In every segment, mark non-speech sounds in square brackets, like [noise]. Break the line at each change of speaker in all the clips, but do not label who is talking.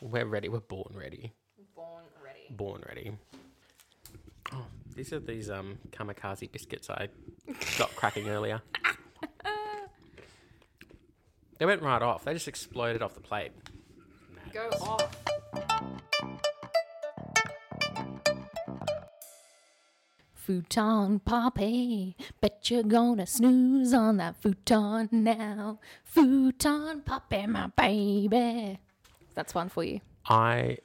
We're ready. We're born ready.
Born ready.
Born ready. Oh, these are these um kamikaze biscuits I got cracking [laughs] earlier. They went right off. They just exploded off the plate.
Go off.
Futon Poppy, bet you're gonna snooze on that futon now. Futon Poppy, my baby. That's one for you.
I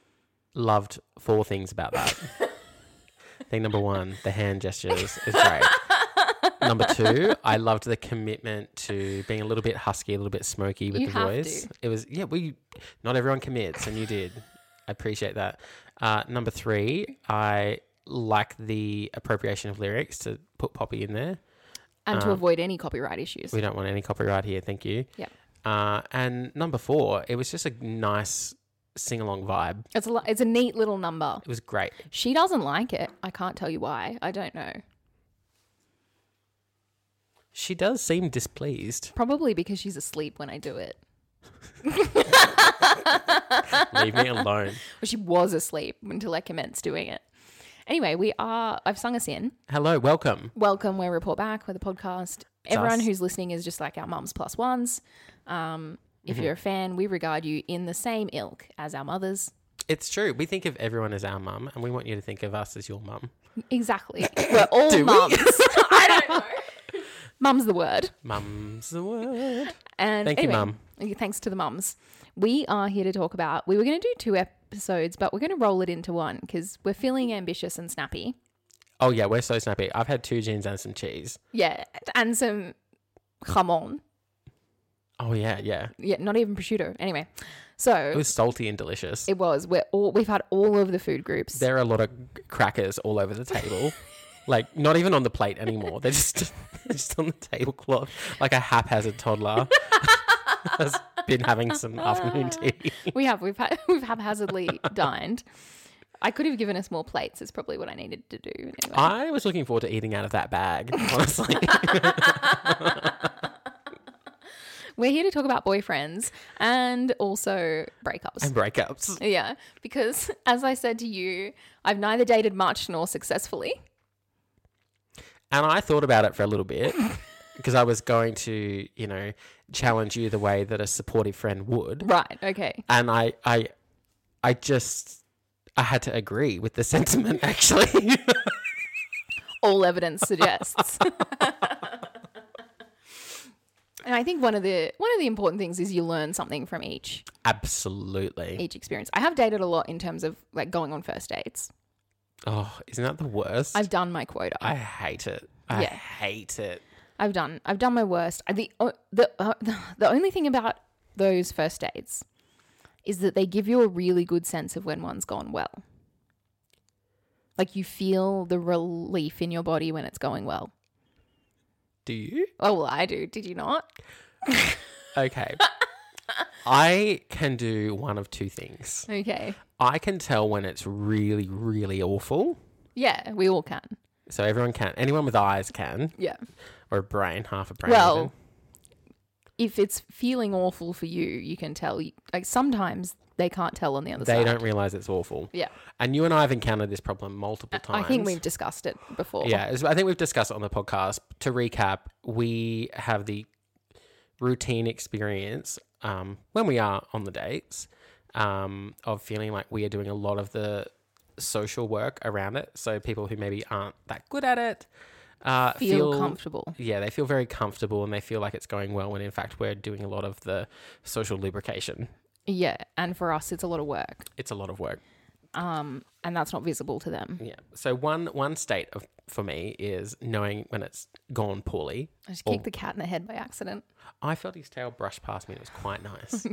loved four things about that. [laughs] Thing number one, the hand gestures is great. number two, I loved the commitment to being a little bit husky, a little bit smoky with
You
the
have
voice.
to.
It was yeah, we not everyone commits, and you did. I appreciate that. Uh, number three, I like the appropriation of lyrics to put Poppy in there.
And to avoid any copyright issues.
We don't want any copyright here, thank you.
Yep.
Uh, and number four, it was just a nice sing along vibe.
It's a, li- it's a neat little number.
It was great.
She doesn't like it. I can't tell you why. I don't know.
She does seem displeased.
Probably because she's asleep when I do it.
Leave me alone.
Well, she was asleep until I commenced doing it. Anyway, we are, I've sung us in.
[laughs] Hello, welcome.
Welcome, we're Report Back, we're the podcast. Everyone
us.
who's listening is just like our mums plus ones. Um,
Mm-hmm.
if you're a fan, we regard you in the same ilk as our mothers.
It's true. We think of everyone as our mum, and we want you to think of us as your mum.
Exactly. [laughs] we're all
[laughs]
mums.
I don't know.
Mum's the word.
Mum's the word.
And
Thank you,
anyway,
Mum.
yeah, Thanks to the mums. We are here to talk about. We were going to do two episodes, but we're going to roll it into one because we're feeling ambitious and snappy.
Oh yeah, we're so snappy. I've had two jeans and some cheese.
Yeah, and some jamon.
Oh yeah, yeah.
Yeah, not even prosciutto. Anyway,
It
so
was salty and delicious.
it was. We're all we've had all of the food groups.
there are a lot of crackers all over the [laughs] table. like not even on the plate anymore. They're just [laughs] they're just on the tablecloth, like a haphazard toddler [laughs] has been having some afternoon tea.
we have we've had [laughs] we've haphazardly dined. I could have given us more plates. Is probably what I needed to do.
[laughs]
Anyway.
I was looking forward to eating out of that bag, [laughs] honestly.
We're here to talk about boyfriends and also breakups.
and breakups.
Yeah, because as I said to you, I've neither dated much nor successfully.
And I thought about it for a little
[laughs]
bit because I was going to, you know, challenge you the way that a supportive friend would.
Right. Okay.
And I, I, I just, I had to agree with the [laughs] sentiment actually. [laughs]
All evidence suggests. [laughs] and I think one of the one of the important things is you learn something from each
Absolutely.
each experience. I have dated a lot in terms of like going on first dates.
Oh, isn't that the worst? i
I've done my quota.
hate it. I
Yeah.
hate it.
I've done I've done my worst. I- The o- the uh, [laughs] the only thing about those first dates is that they give you a really good sense of when one's gone well. Like you feel the relief in your body when it's going well.
Do you?
Oh, well, I do. Did you not?
Okay.
[laughs]
I can do one of two things.
Okay.
I can tell when it's really, really awful.
Yeah, we all can.
So everyone can. Anyone with eyes can,
Yeah.
or a brain, half a brain.
Well,
even.
If it's feeling awful for you, you can tell. Like sometimes they can't tell on the other
they
side.
don't realize it's awful.
Yeah.
And you and I have encountered this problem multiple times.
I think we've discussed it before.
yeah, it's- I think we've discussed it on the podcast. To recap, we have the routine experience um, when we are on the dates um, of feeling like we are doing a lot of the social work around it. So people who maybe aren't that good at it uh,
Feel, comfortable.
Yeah, they feel very comfortable and they feel like it's going well when in fact we're doing a lot of the social lubrication.
Yeah. And for us, it's a lot of work.
It's a lot of work.
Um, and that's not visible to them.
Yeah. So one one state of for me is knowing when it's gone poorly.
I just kicked the cat in the head by accident.
[laughs] I felt his tail brush past me. and It was quite
[laughs]
nice.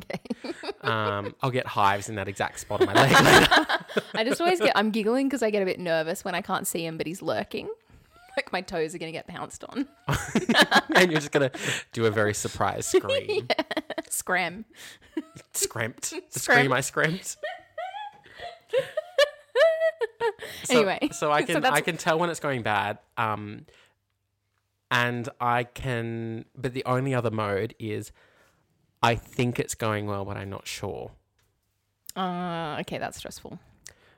um, I'll get hives in that exact spot on my leg.
[laughs]
later.
I just always get, I'm giggling because I get a bit nervous when I can't see him, but he's lurking. [laughs] Like my toes are going to get pounced on. [laughs]
and you're just gonna do a very surprised
[laughs]
scream.
Scram.
Scrimped. The scream I
[laughs]
scrimped. [laughs] So-
anyway.
so
[laughs]
I can
that's-
I can tell when it's going bad. Um, and I can, but the only other mode is, I think it's going well, but I'm not sure.
Uh, okay, that's stressful.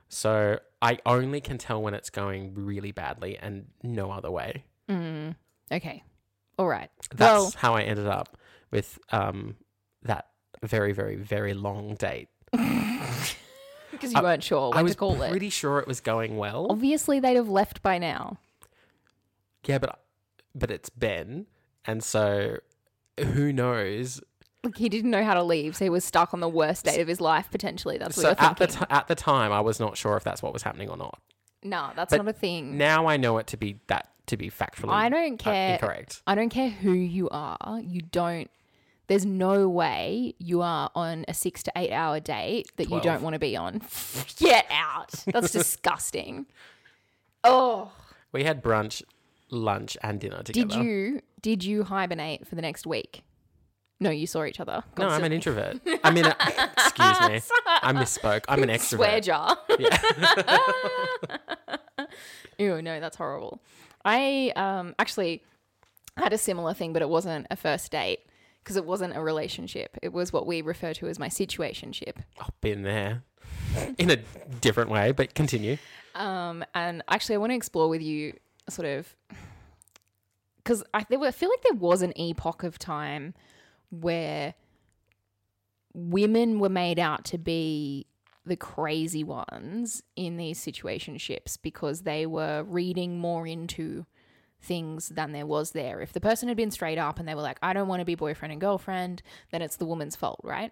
So I only can tell when it's going really badly and no other way.
Mm. Okay. All right.
That's
well,
how I ended up with um, that very, very, very long date.
because you
I-
weren't sure
I
what
was
to call it.
pretty sure it was going well.
Obviously, they'd have left by now.
Yeah, but but it's Ben, and so who knows?
Like he didn't know how to leave, so he was stuck on the worst date of his life potentially. That's what
so
you're
at
thinking.
the t- at the time, I was not sure if that's what was happening or not.
no, that's
but
not a thing.
Now I know it to be that to be factually.
I don't
uh,
care.
incorrect.
I don't care who you are. You don't. There's no way you are on a six to eight hour date that
Twelve.
you don't want to be on. [laughs] Get out.
[laughs]
That's disgusting. Oh,
We had brunch, lunch, and dinner together.
did you did you hibernate for the next week? No, you saw each other.
No, I'm an
[laughs]
introvert. I mean, uh, excuse me, I misspoke. I'm an extrovert.
swear jar.
Yeah.
[laughs] Ew, no, that's horrible. I um, actually had a similar thing, but it wasn't a first date because it wasn't a relationship. It was what we refer to as my situationship.
I've been there in a different way, but continue.
Um, and actually, I want to explore with you sort of because I, there were- I feel like there was an epoch of time where women were made out to be the crazy ones in these situationships because they were reading more into things than there was there. If the person had been straight up and they were like, I don't want to be boyfriend and girlfriend, then it's the woman's fault, right?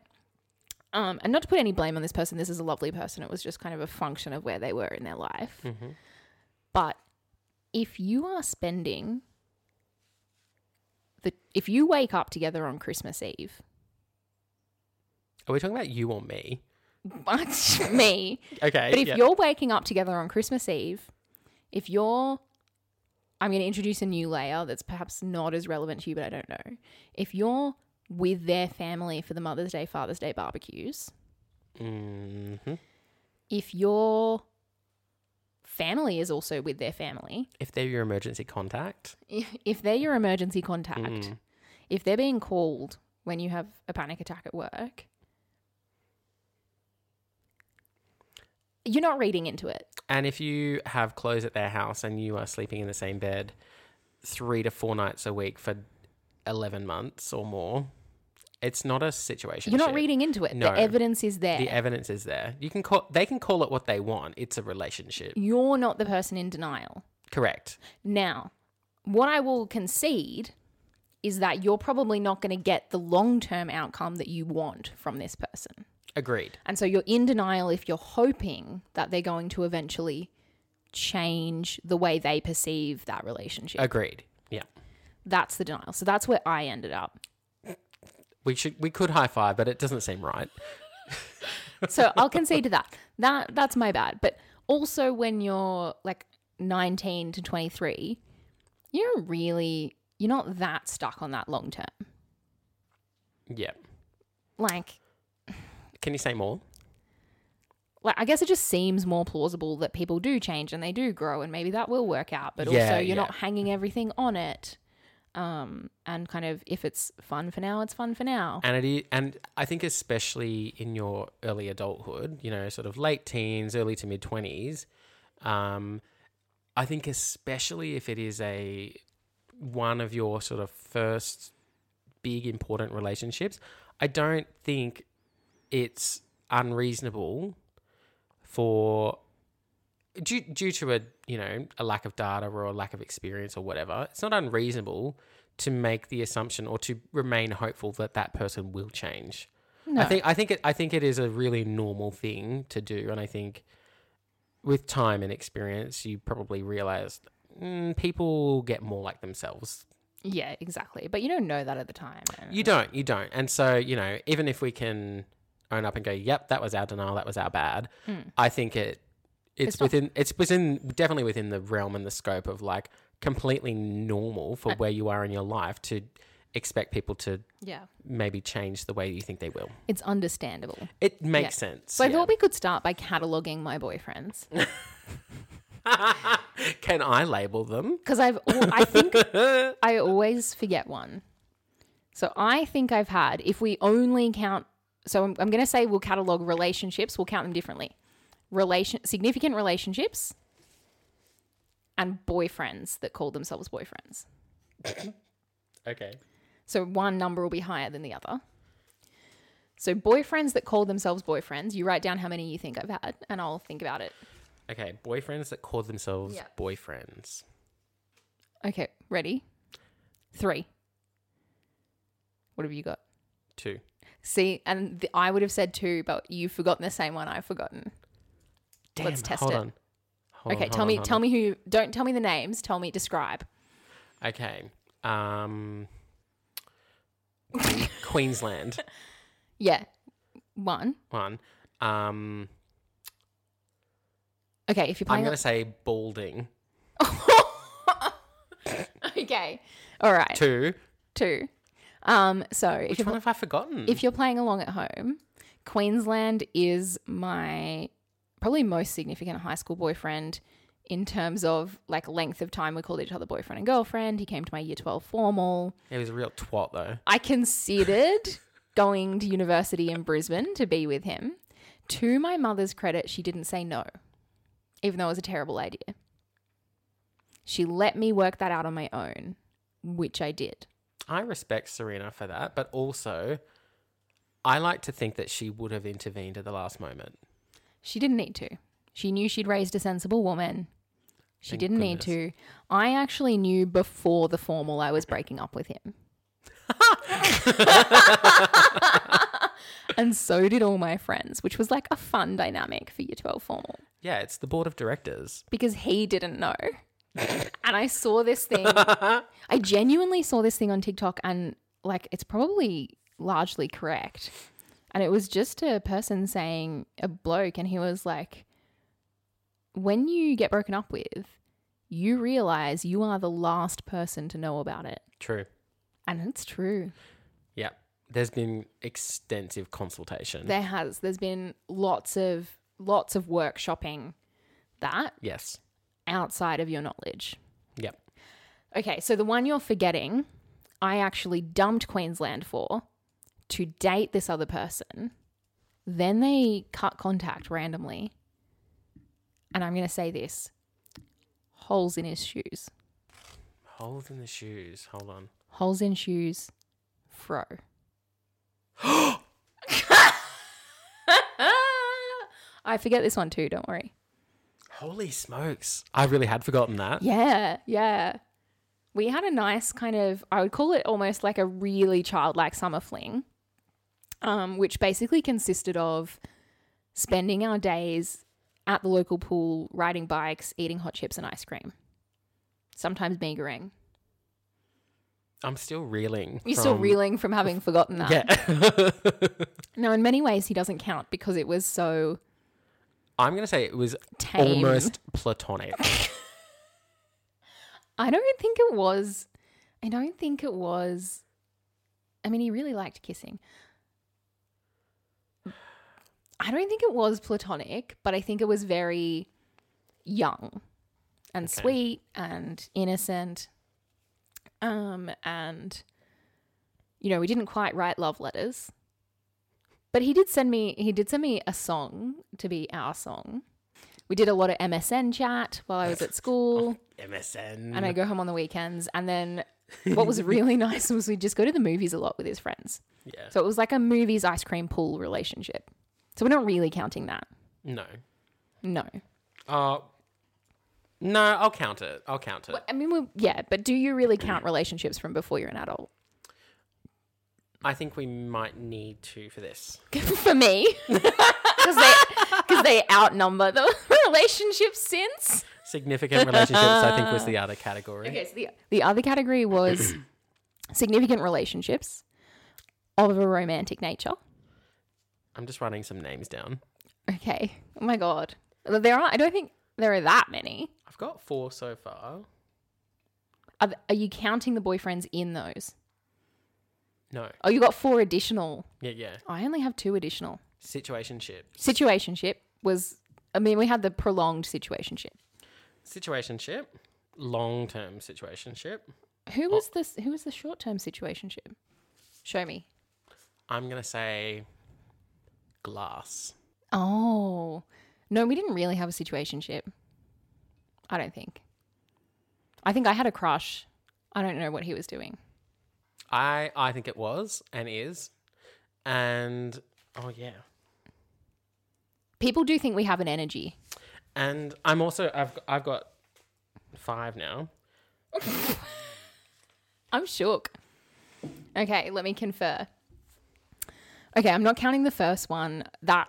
Um, and not to put any blame on this person, this is a lovely person. It was just kind of a function of where they were in their life. But if you are spending the if you wake up together on Christmas Eve,
Are we talking about you or me?
but [laughs] me,
Okay.
but if
yeah.
you're waking up together on Christmas Eve, if you're I'm going to introduce a new layer that's perhaps not as relevant to you, but I don't know. If you're with their family for the Mother's Day, Father's Day barbecues, Mm-hmm.
Mhm.
if your family is also with their family,
if they're your emergency contact,
if if they're your emergency contact,
Mm.
if they're being called when you have a panic attack at work, you're not reading into it.
and if you have clothes at their house and you are sleeping in the same bed three to four nights a week for 11 months or more, it's not a situation.
You're not reading into it.
No.
The evidence is there.
The evidence is there. You can call they can call it what they want. It's a relationship.
you're not the person in denial.
Correct.
Now, what I will concede is that you're probably not going to get the long term outcome that you want from this person.
Agreed.
And so you're in denial if you're hoping that they're going to eventually change the way they perceive that relationship.
Agreed. Yeah.
That's the denial. So that's where I ended up.
We should we could high five, but it doesn't seem right.
So I'll concede to that. That that's my bad. But also when you're like 19 to 23, you're really you're not that stuck on that long term.
Yeah.
Like
Can you say more?
like I guess it just seems more plausible that people do change and they do grow and maybe that will work out. But
Yeah,
also you're
yeah.
not hanging everything on it. Um, and kind of if it's fun for now, it's fun for now.
And it is, and I think especially in your early adulthood, you know, sort of late teens, early to mid twenties, um, I think especially if it is a one of your sort of first big important relationships, I don't think it's unreasonable for due due to a you know a lack of data or a lack of experience or whatever. It's not unreasonable to make the assumption or to remain hopeful that that person will change. I
No.
think I think it, I think it is a really normal thing to do, and I think with time and experience, you probably realize mm, people get more like themselves.
yeah, exactly. But you don't know that at the time.
You don't, you don't, and so you know, even if we can own up and go, "Yep, that was our denial, that was our bad," I think it it's,
Hmm. It's not-
within it's within definitely within the realm and the scope of like completely normal for where you are in your life to expect people to
yeah.
maybe change the way you think they will.
It's understandable.
It makes sense.
So I
yeah.
thought we could start by cataloging my boyfriends.
[laughs] Can I label them?
Because I've al- I think I always forget one. So I think I've had, if we only count so I'm, I'm going to say we'll catalog relationships, we'll count them differently. Relation, significant relationships and boyfriends that call themselves boyfriends.
Okay.
So one number will be higher than the other. So boyfriends that call themselves boyfriends, you write down how many you think I've had and I'll think about it.
Okay. Boyfriends that call themselves
Yeah.
boyfriends.
Okay, ready? 3. What have you got?
Two.
See, and the, I would have said 2, but you've forgotten the same one I've forgotten.
Damn,
Let's test
hold
it.
On. Hold on,
okay,
hold
tell
on,
me
hold
tell
on.
me who don't tell me the names, tell me describe.
Okay.
[laughs]
Um. Que- Queensland
Yeah. One.
one. Um,
Okay, if you're
I'm
playing
gonna say balding.
[laughs] Okay. All right.
Two.
Two. Um so if
Which
you're,
one have I forgotten?
if you're playing along at home, Queensland is my probably most significant high school boyfriend in terms of like length of time we called each other boyfriend and girlfriend. He came to my year 12 formal.
it was a real twat though.
I considered going to university in Brisbane to be with him. To my mother's credit, she didn't say no, even though it was a terrible idea. She let me work that out on my own, which I did.
I respect Serena for that, but also, I like to think that she would have intervened at the last moment.
She didn't need to. She knew she'd raised a sensible woman. She
Thank
didn't need to. I actually knew before the formal I was breaking up with him. and so did all my friends, which was like a fun dynamic for year 12 formal
Yeah, it's the board of directors.
because he didn't know. and I saw this thing. I genuinely saw this thing on TikTok and like it's probably largely correct. And it was just a person saying a bloke and he was like when you get broken up with, you realize you are the last person to know about it.
True.
And it's true.
Yeah. There's been extensive consultation.
There has there's been lots of lots of workshopping that
yes.
outside of your knowledge.
Yep.
Okay, so the one you're forgetting, I actually dumped Queensland for to date this other person. Then they cut contact randomly. And I'm going to say this holes in his shoes.
Holes in the shoes. Hold on.
Holes in shoes, fro. [gasps] [laughs] I forget this one too, don't worry.
Holy smokes. I really had forgotten that.
Yeah, yeah. We had a nice kind of, I would call it almost like a really childlike summer fling, um, which basically consisted of spending our days at the local pool, riding bikes, eating hot chips and ice cream, sometimes meagering.
I'm still reeling.
You're still
from-
reeling from having forgotten that.
Yeah. [laughs]
Now, in many ways, he doesn't count because it was so
I'm going to say it was
tame.
almost
[laughs]
platonic.
I don't think it was. I don't think it was. I mean, he really liked kissing. I don't think it was platonic, but I think it was very young and
Okay.
sweet and innocent. Um, and you know, we didn't quite write love letters, but he did send me. He did send me a song to be our song. We did a lot of MSN chat while I was at school
MSN.
and I go home on the weekends. And [laughs] then what was really nice was we just go to the movies a lot with his friends.
yeah.
So it was like a movies ice cream pool relationship. So we're not really counting that.
no.
No.
Uh, no, I'll count it. I'll count it.
I mean, we yeah, but do you really count relationships from before you're an adult? [laughs]
I think we might need to for this.
For me, [laughs] because they, 'cause they outnumber the [laughs] relationships since.
Significant relationships, I think,
[laughs]
was the other category.
Okay, so the, the other category [coughs] was significant relationships of a romantic nature.
I'm just writing some names down.
Okay. Oh my God. There are, I don't think there are that many.
I've got four so far.
Are, th- are you counting the boyfriends in those?
No.
Oh, you got four additional.
Yeah, yeah.
I only have two additional.
Situationship.
Situationship was, I mean, we had the prolonged situationship.
Situationship. Long term situationship.
Who was this? Who was the short term situationship? Show me.
I'm going to say glass.
Oh. No, we didn't really have a situationship. I don't think. I think I had a crush. I don't know what he was doing.
I I think it was and is, and oh yeah,
People do think we have an energy.
and I'm also I've I've got five now.
I'm shook. Okay, let me confer. Okay, I'm not counting the first one. That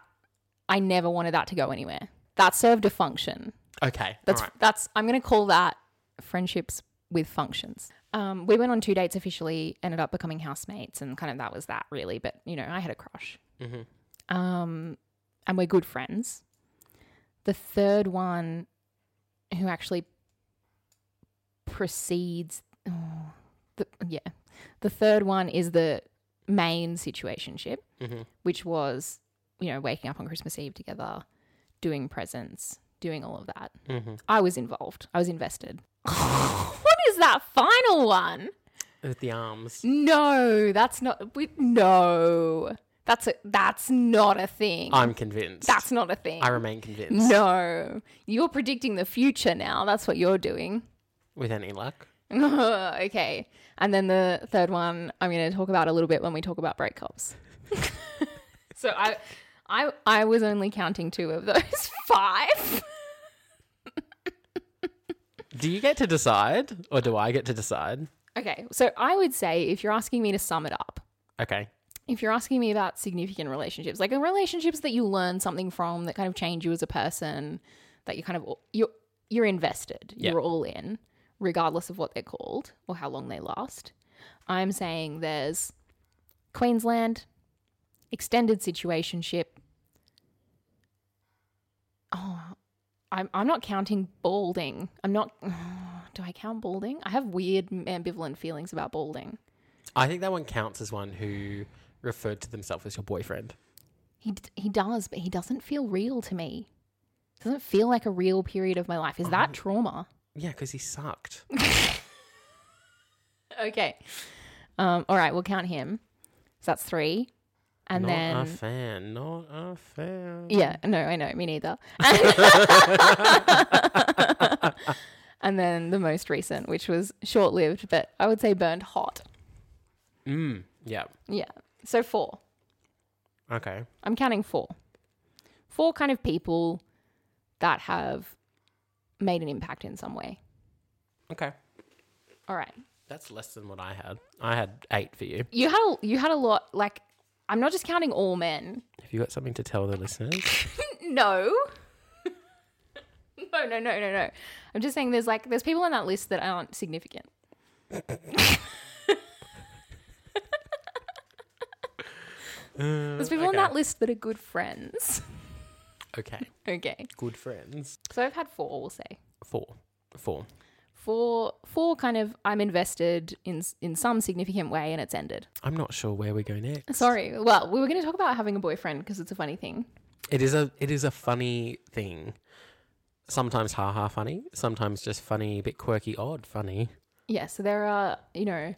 I never wanted that to go anywhere. That served a function.
Okay,
That's
all right.
that's I'm gonna call that friendships with functions. Um, we went on two dates officially, ended up becoming housemates, and kind of that was that really. But you know, I had a crush,
Mhm.
um, and we're good friends. The third one, who actually precedes, oh, the, yeah, the third one is the main situationship,
Mhm.
which was you know waking up on Christmas Eve together, doing presents, doing all of that.
Mhm.
I was involved. I was invested. what is that final one?
With the arms.
No, that's not. We, no, that's a, that's not a thing.
I'm convinced.
that's not a thing.
I remain convinced.
no, you're predicting the future now. That's what you're doing. [laughs]
With any luck.
okay, and then the third one I'm going to talk about a little bit when we talk about breakups. so I, I, I was only counting two of those [laughs] five.
Do you get to decide, or do I get to decide?
Okay, so I would say if you're asking me to sum it up,
Okay.
if you're asking me about significant relationships, like the relationships that you learn something from that kind of change you as a person, that you kind of you're you're invested,
Yeah.
you're all in, regardless of what they're called or how long they last. I'm saying there's Queensland, extended situationship. Oh, I'm I'm not counting balding. I'm not. [sighs] do I count balding? I have weird ambivalent feelings about balding.
I think that one counts as one who referred to themselves as your boyfriend.
He d- he does, but he doesn't feel real to me. Doesn't feel like a real period of my life. Is
Uh-huh.
that trauma?
Yeah, because he sucked.
Okay. Um, all right, we'll count him. So that's three. And
not
then
a fan. Not a fan.
Yeah, no, I know,
[laughs]
me neither. [laughs] and then the most recent, which was short lived, but I would say burned hot.
Mm. Yeah.
Yeah. So four.
Okay.
I'm counting four. Four kind of people that have made an impact in some way.
Okay.
All right.
That's less than what I had. I had eight for you.
You had a, you had a lot. Like, I'm not just counting all men.
Have you got something to tell the listeners?
No. no, no, no, no, no. I'm just saying there's like there's people on that list that aren't significant. There's people on
Mm, okay.
that list that are good friends. [laughs]
okay.
okay.
Good friends.
So I've had four, we'll say.
Four. Four.
Four four kind of I'm invested in in some significant way and it's ended.
I'm not sure where we go next.
Sorry. Well, we were going to talk about having a boyfriend because it's a funny thing.
It is a it is a funny thing. Sometimes ha ha funny, sometimes just funny, a bit quirky, odd funny.
Yeah, so there are, you know,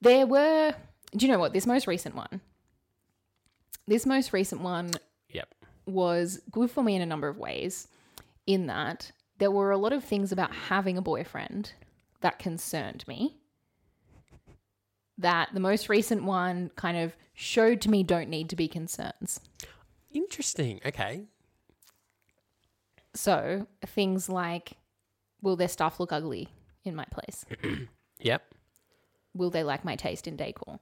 there were. Do you know what? This most recent one, this most recent one
Yep.
was good for me in a number of ways, in that there were a lot of things about having a boyfriend that concerned me. That the most recent one kind of showed to me don't need to be concerns.
Interesting. Okay.
So things like, will their stuff look ugly in my place?
Yep.
Will they like my taste in decor?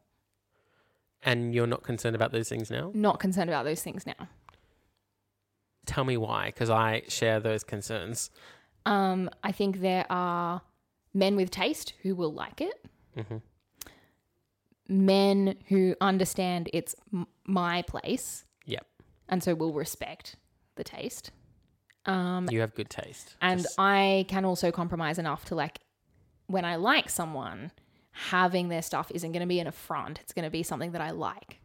And you're not concerned about those things now?
Not concerned about those things now.
Tell me why, because I share those concerns.
Um, I think there are men with taste who will like it,
Mhm.
men who understand it's m- my place
Yep.
and so will respect the taste. Um,
You have good taste.
and
Just-
I can also compromise enough to like when I like someone, having their stuff isn't going to be an affront. It's going to be something that I like,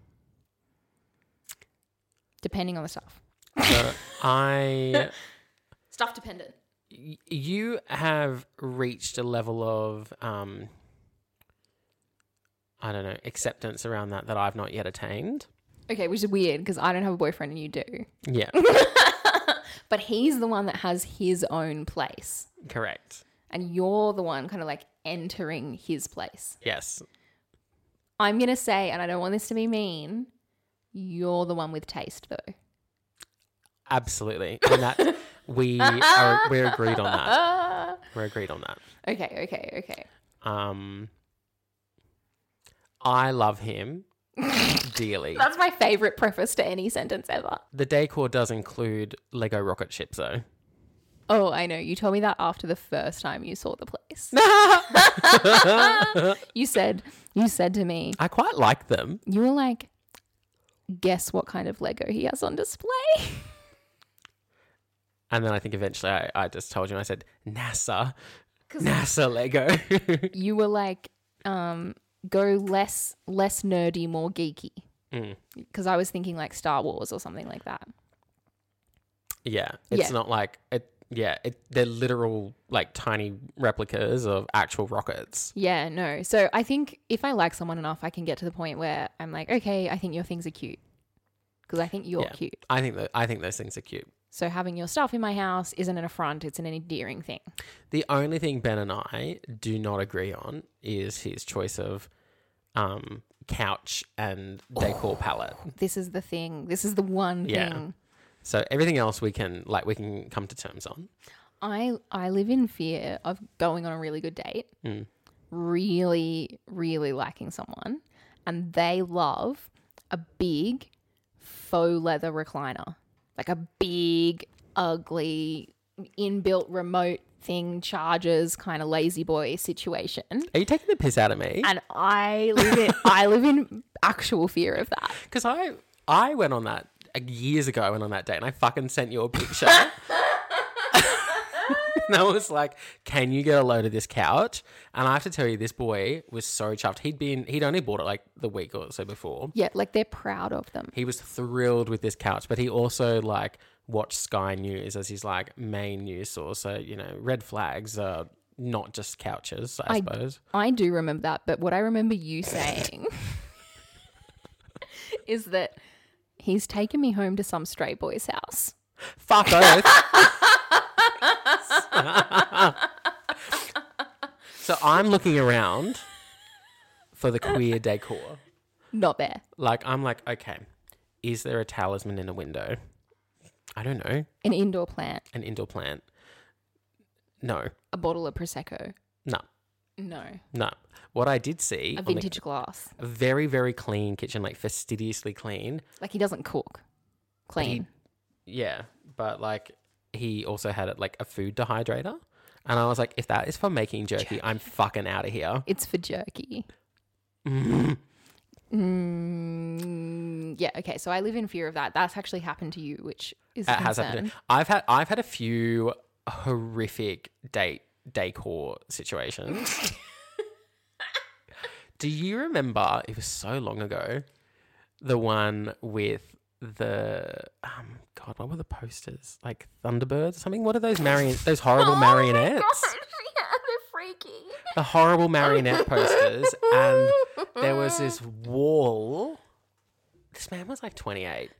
depending on the stuff.
so I
Stuff dependent.
y- you have reached a level of um I don't know, acceptance around that that I've not yet attained.
Okay, which is weird because I don't have a boyfriend and you do. [laughs]
Yeah,
But he's the one that has his own place.
correct.
And you're the one kind of like entering his place.
Yes.
I'm going to say, and I don't want this to be mean, you're the one with taste though.
Absolutely. And
[laughs]
that we are we're agreed on that.
Ah.
We're agreed on that.
Okay, okay, okay.
Um I love
[laughs]
him dearly.
That's my favorite preface to any sentence ever.
The decor does include Lego rocket ships though.
Oh, I know. You told me that after the first time you saw the [laughs] place. you said, you said to me,
I quite like them.
you were like, guess what kind of Lego he has on display?
And then I think eventually I, I just told you I said NASA. NASA Lego. [laughs]
you were like, um, go less less nerdy, more geeky.
Mm.
Because I was thinking like Star Wars or something like that.
yeah. It's
Yeah.
not like it yeah, it, they're literal like tiny replicas of actual rockets.
Yeah, no. So I think if I like someone enough, I can get to the point where I'm like, okay, I think your things are cute. Because I think you're
Yeah.
cute.
I think that I think those things are cute.
So having your stuff in my house isn't an affront, it's an endearing thing.
The only thing Ben and I do not agree on is his choice of um, couch and decor palette.
This is the thing. This is the one
Yeah.
thing.
So everything else we can like we can come to terms on.
I I live in fear of going on a really good date,
Mm.
really, really liking someone, and they love a big faux leather recliner. Like a big, ugly, inbuilt remote thing charges kind of lazy boy situation.
Are you taking the piss out of me?
And I live in I live in actual fear of that.
Because I I went on that uh, years ago. I went on that date and I fucking sent you a picture. And I was like, "Can you get a load of this couch?" And I have to tell you, this boy was so chuffed. He'd been he'd only bought it like the week or so before.
Yeah, like they're proud of them.
he was thrilled with this couch, but he also like watched Sky News as his like main news source. So you know, red flags are not just couches, I,
I-
suppose.
I do remember that, but what I remember you saying [laughs] is that he's taken me home to some stray boy's house.
Fuck
[laughs]
oath. so I'm looking around for the queer decor.
Not there.
Like I'm like, okay, is there a talisman in a window? I don't know.
An indoor plant,
An indoor plant. No,
a bottle of prosecco.
no,
No.
no. What I did see
A
on the
vintage glass.
very very clean kitchen like fastidiously clean
Like he doesn't cook. Clean.
yeah but like he also had it like a food dehydrator and i was like if that is for making jerky, i'm fucking out of here
It's for jerky. [laughs] Mm, yeah, okay. So I live in fear of that. That's actually happened to you, which is a
that has happened
concern.
i've had i've had a few horrific date decor situations [laughs] do you remember it was so long ago the one with the um god what were the posters like thunderbirds or something what are those marion those
Oh
horrible marionettes
Oh [laughs] yeah, they're freaky.
the horrible
[laughs]
marionette posters and there was this wall this man was like 28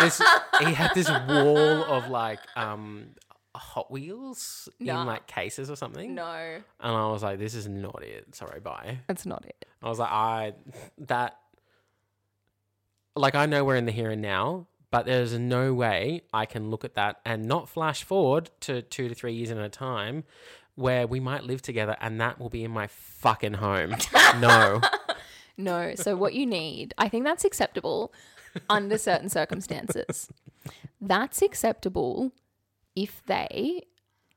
this, he had this wall of like um hot wheels
Nah.
in like cases or something
No,
and i was like this is not it sorry bye
that's not it.
i was like i that like i know we're in the here and now but there's no way i can look at that and not flash forward to two to three years in a time where we might live together and that will be in my fucking home
[laughs]
no
No. So what you need, I think that's acceptable under certain circumstances. That's acceptable if they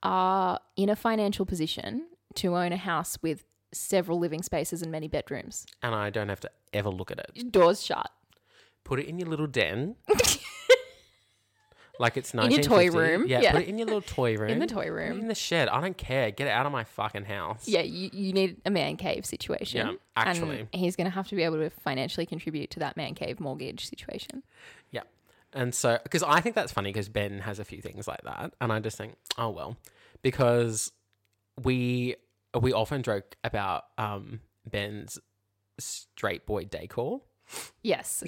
are in a financial position to own a house with several living spaces and many bedrooms.
and I don't have to ever look at it.
Doors shut.
Put it in your little
[laughs]
den. like it's nice.
In your toy room,
Yeah,
yeah.
put it in your little toy room.
In the toy
Put it
room.
In the shed. I don't care. Get it out of my fucking house.
Yeah, you, you need a man cave situation.
Yeah, actually.
And he's going to have to be able to financially contribute to that man cave mortgage situation.
Yeah. And so, because I think that's funny because Ben has a few things like that. And I just think, oh, well, because we we often joke about um, Ben's straight boy decor.
Yes.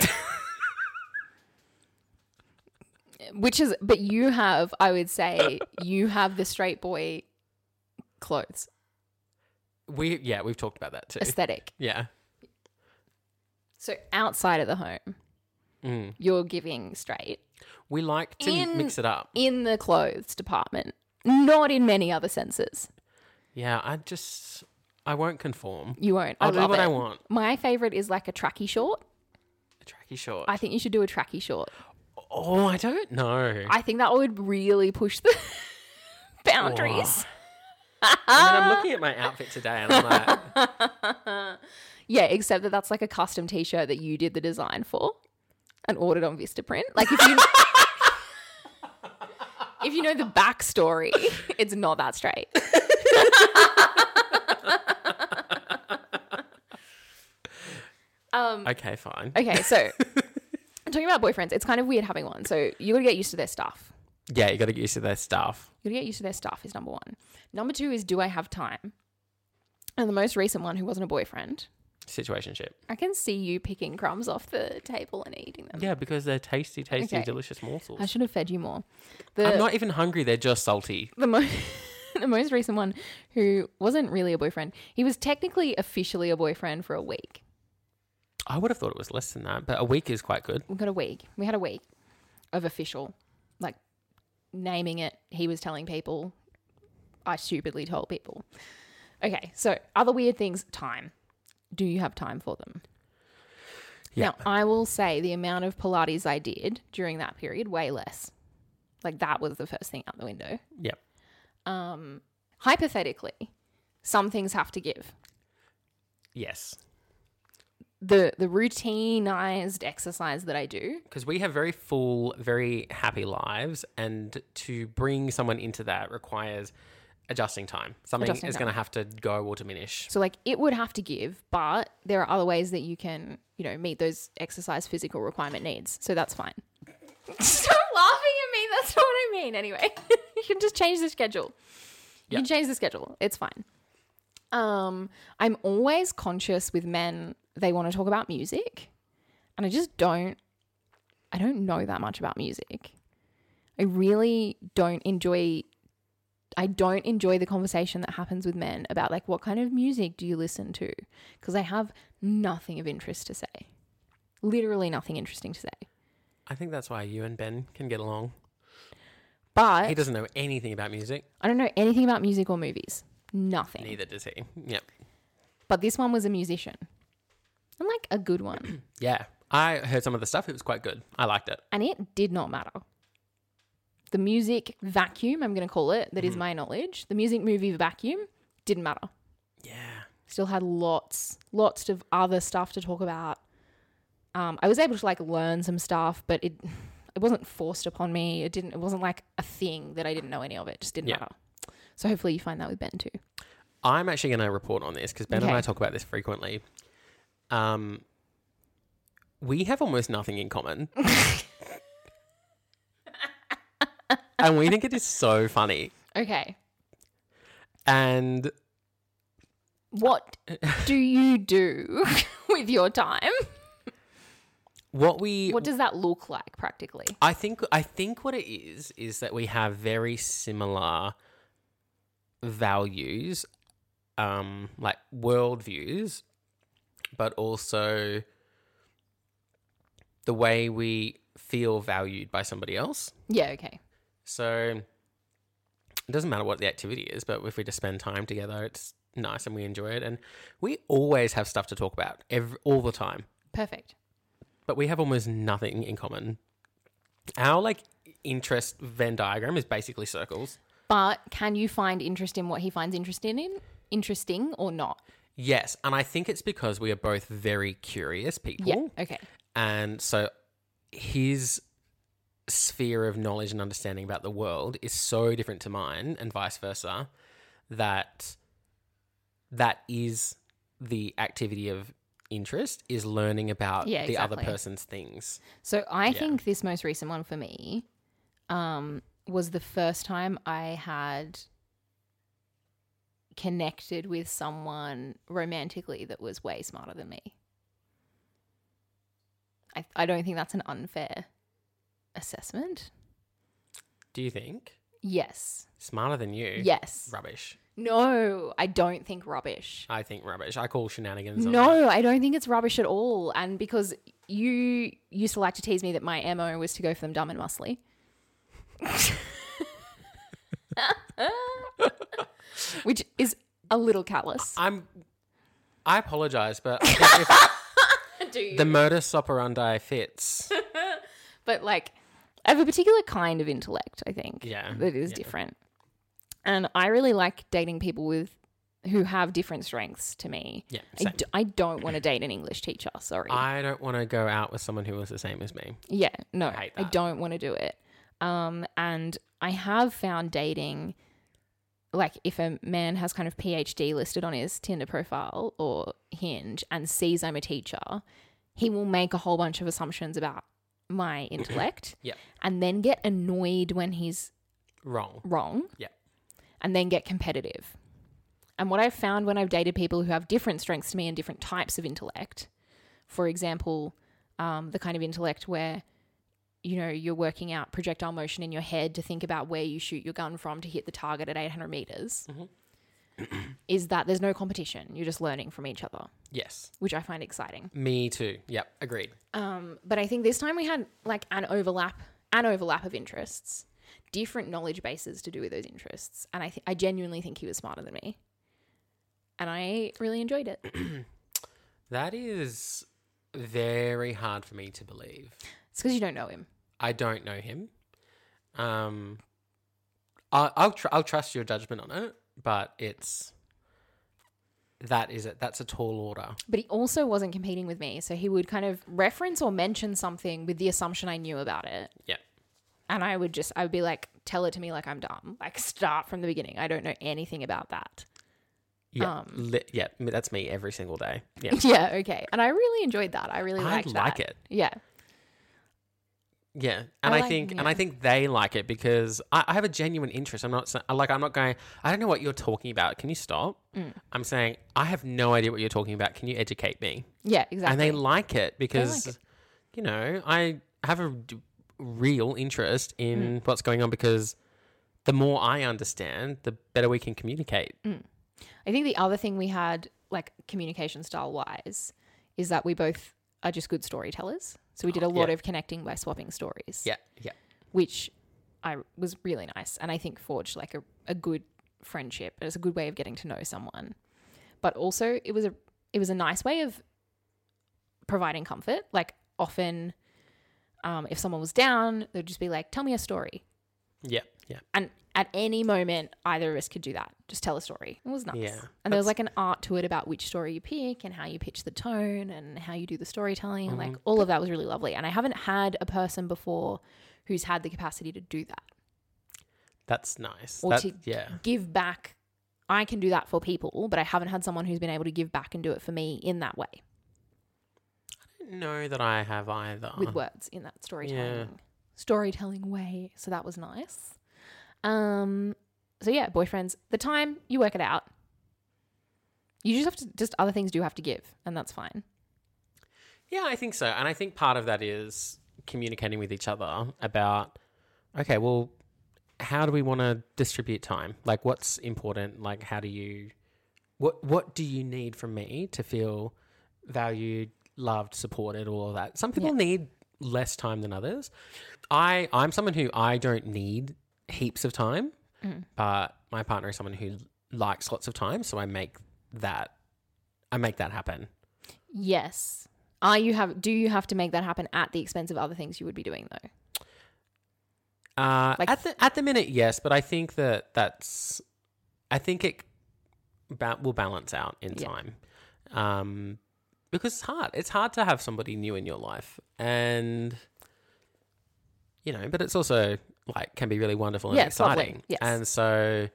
Which is, but you have, I would say, you have the straight boy clothes
We yeah, we've talked about that too.
aesthetic.
[laughs] Yeah.
So outside of the home,
Mm.
you're giving straight
We like to
In-
mix it up.
in the clothes department, not in many other senses.
Yeah, I just I won't conform.
You won't. I
I'll do
love
what
it.
I want.
My favorite is like a tracky short.
A tracky short.
I think you should do a tracky short.
oh, I don't know.
I think that would really push the [laughs] boundaries.
I
Ah!
mean, I'm looking at my outfit today and I'm like,
Yeah, except that that's like a custom T-shirt that you did the design for and ordered on Vistaprint. Like if you [laughs] if you know the backstory, it's not that straight. um. [laughs]
okay, fine.
Okay, so talking about boyfriends, it's kind of weird having one. So you gotta get used to their stuff.
Yeah, you got to get used to their stuff.
You gotta get used to their stuff is number one. Number two is do I have time? And the most recent one who wasn't a boyfriend.
Situationship.
I can see you picking crumbs off the table and eating them.
Yeah, because they're tasty, tasty,
Okay.
delicious morsels.
I should have fed you more. The
I'm not even hungry. They're just salty.
the most [laughs] the most recent one who wasn't really a boyfriend. He was technically officially a boyfriend for a week.
I would have thought it was less than that, but a week is quite good.
We got a week. We had a week of official, like naming it. He was telling people. I stupidly told people. Okay, so other weird things. Time. Do you have time for them?
Yeah.
Now, I will say the amount of Pilates I did during that period, way less. Like that was the first thing out the window.
Yep.
Um, hypothetically, some things have to give.
Yes.
The the routinized exercise that I do,
Because we have very full, very happy lives, and to bring someone into that requires adjusting time. Something
Adjusting
is
time.
going to have to go or diminish.
So like it would have to give, but there are other ways that you can, you know, meet those exercise physical requirement needs. So that's fine. [laughs] Stop laughing at me. That's not what I mean. Anyway, [laughs] you can just change the schedule. You can change the schedule. It's fine. Um, I'm always conscious with men. They want to talk about music, and I just don't. I don't know that much about music. I really don't enjoy I don't enjoy the conversation that happens with men about like what kind of music do you listen to because I have nothing of interest to say. Literally nothing interesting to say.
I think that's why you and Ben can get along. He
But
doesn't know anything about music.
I don't know anything about music or movies. Nothing.
Neither does he. Yep.
But this one was a musician. And like a good one.
Yeah. I heard some of the stuff. It was quite good. I liked it.
and it did not matter. The music vacuum, I'm going to call it, that is my knowledge. The music movie vacuum didn't matter.
Yeah.
still had lots lots of other stuff to talk about um, i was able to like learn some stuff but it it wasn't forced upon me it didn't it wasn't like a thing that i didn't know any of it just didn't
Yeah.
matter so hopefully you find that with ben too
I'm actually going to report on this because Ben and
Okay.
I talk about this frequently. Um, we have almost nothing in
[laughs]
common. and we think it is so funny.
okay
And
what do you do [laughs] with your time
what we
what does that look like practically
I think I think what it is is that we have very similar values, um, like worldviews, but also the way we feel valued by somebody else.
yeah okay
So it doesn't matter what the activity is, but if we just spend time together, it's nice and we enjoy it. And we always have stuff to talk about every, all the time
perfect
but we have almost nothing in common. Our like interest Venn diagram is basically circles.
but can you find interest in what he finds interesting in interesting or not
Yes, and I think it's because we are both very curious people.
yeah okay
And so his sphere of knowledge and understanding about the world is so different to mine and vice versa that that is the activity of interest is learning about
Yeah,
the other
exactly.
person's things.
So I think this most recent one for me um, was the first time I had connected with someone romantically that was way smarter than me. I, I don't think that's an unfair assessment.
Do you think?
Yes.
Smarter than you?
Yes.
Rubbish.
No, I don't think rubbish.
I think rubbish. I call shenanigans. on that.
No, I don't think it's rubbish at all. And because you used to like to tease me that my MO was to go for them dumb
[laughs]
and muscly. Which is a little callous.
I'm. I apologize, but I think if
Do [laughs] you?
the modus operandi fits,
but like I have a particular kind of intellect, I think.
Yeah,
That is
yeah.
different. And I really like dating people with who have different strengths to me.
yeah.
I
Same.
d- I don't want to date an English teacher. Sorry.
I don't want to go out with someone who was the same as me.
Yeah, no, I,
hate that.
don't want to do it. Um, and I have found dating, like if a man has kind of PhD listed on his Tinder profile or Hinge and sees I'm a teacher, he will make a whole bunch of assumptions about
[clears throat]
my intellect.
Yep.
And then get annoyed when he's
Wrong.
wrong.
Yep.
And then get competitive. And what I've found when I've dated people who have different strengths to me and different types of intellect, for example, um, the kind of intellect where, you know, you're working out projectile motion in your head to think about where you shoot your gun from to hit the target at 800 meters, is that there's no competition. You're just learning from each other,
Yes.
which I find exciting.
Me too. Yep. Agreed.
Um, but I think this time we had like an overlap, an overlap of interests, different knowledge bases to do with those interests, and I th- I genuinely think he was smarter than me, and I really enjoyed it.
That is very hard for me to believe.
It's because you don't know him.
I don't know him. Um, I, I'll tr- I'll trust your judgment on it, but it's that is it. That's a tall order.
But he also wasn't competing with me, so he would kind of reference or mention something with the assumption I knew about it,
Yeah.
and I would just I would be like, tell it to me like I'm dumb, like start from the beginning. I don't know anything about that.
Yeah.
Um,
Li- yeah. m- That's me every single day. Yeah.
yeah, okay, and I really enjoyed that. I [laughs] really
I
liked that.
like it.
Yeah,
Yeah, and
I
I,
like-
think and
yeah.
I think they like it because I, I have a genuine interest. I'm not sa- like I'm not going. I don't know what you're talking about. Can you stop?
Mm.
I'm saying I have no idea what you're talking about. Can you educate me?
yeah, exactly.
And they like it because
it.
you know I have a d- real interest in
Mm.
what's going on because the more I understand, the better we can communicate.
Mm. I think the other thing we had, like communication style wise, is that we both are just good storytellers. So we did a lot
yeah.
of connecting by swapping stories,
Yeah, yeah,
which I was really nice, and I think forged like a, a good friendship. It's a good way of getting to know someone, but also it was a it was a nice way of providing comfort. Like often, um, if someone was down, they'd just be like, "Tell me a story,"
yeah, yeah.
and at any moment either of us could do that just tell a story it was nice
Yeah,
and there was
that's-
like an art to it about which story you pick and how you pitch the tone and how you do the storytelling and
Mm-hmm.
like all of that was really lovely and i haven't had a person before who's had the capacity to do that
That's nice.
or
That-
to
yeah,
give back i can do that for people but i haven't had someone who's been able to give back and do it for me in that way
no, that I have either.
with words in that storytelling storytelling way. So that was nice. Um so yeah, boyfriends, the time you work it out. You just have to just other things do have to give, and that's fine.
Yeah, I think so. And I think part of that is communicating with each other about, okay, well, how do we want to distribute time? Like, what's important? Like, how do you, what, what do you need from me to feel valued, loved, supported, all of that? Some people need less time than others. I, I'm someone who I don't need heaps of time, but my partner is someone who likes lots of time. So I make that, I make that happen.
Yes. Are you have do you have to make that happen at the expense of other things you would be doing though?
Uh,
Like-
at the at the minute, yes, but I think that that's I think it ba- will balance out in
Yeah.
time, um, because it's hard. It's hard to have somebody new in your life, and you know, but it's also like can be really wonderful and
Yeah, it's lovely.
exciting.
Yes.
and so,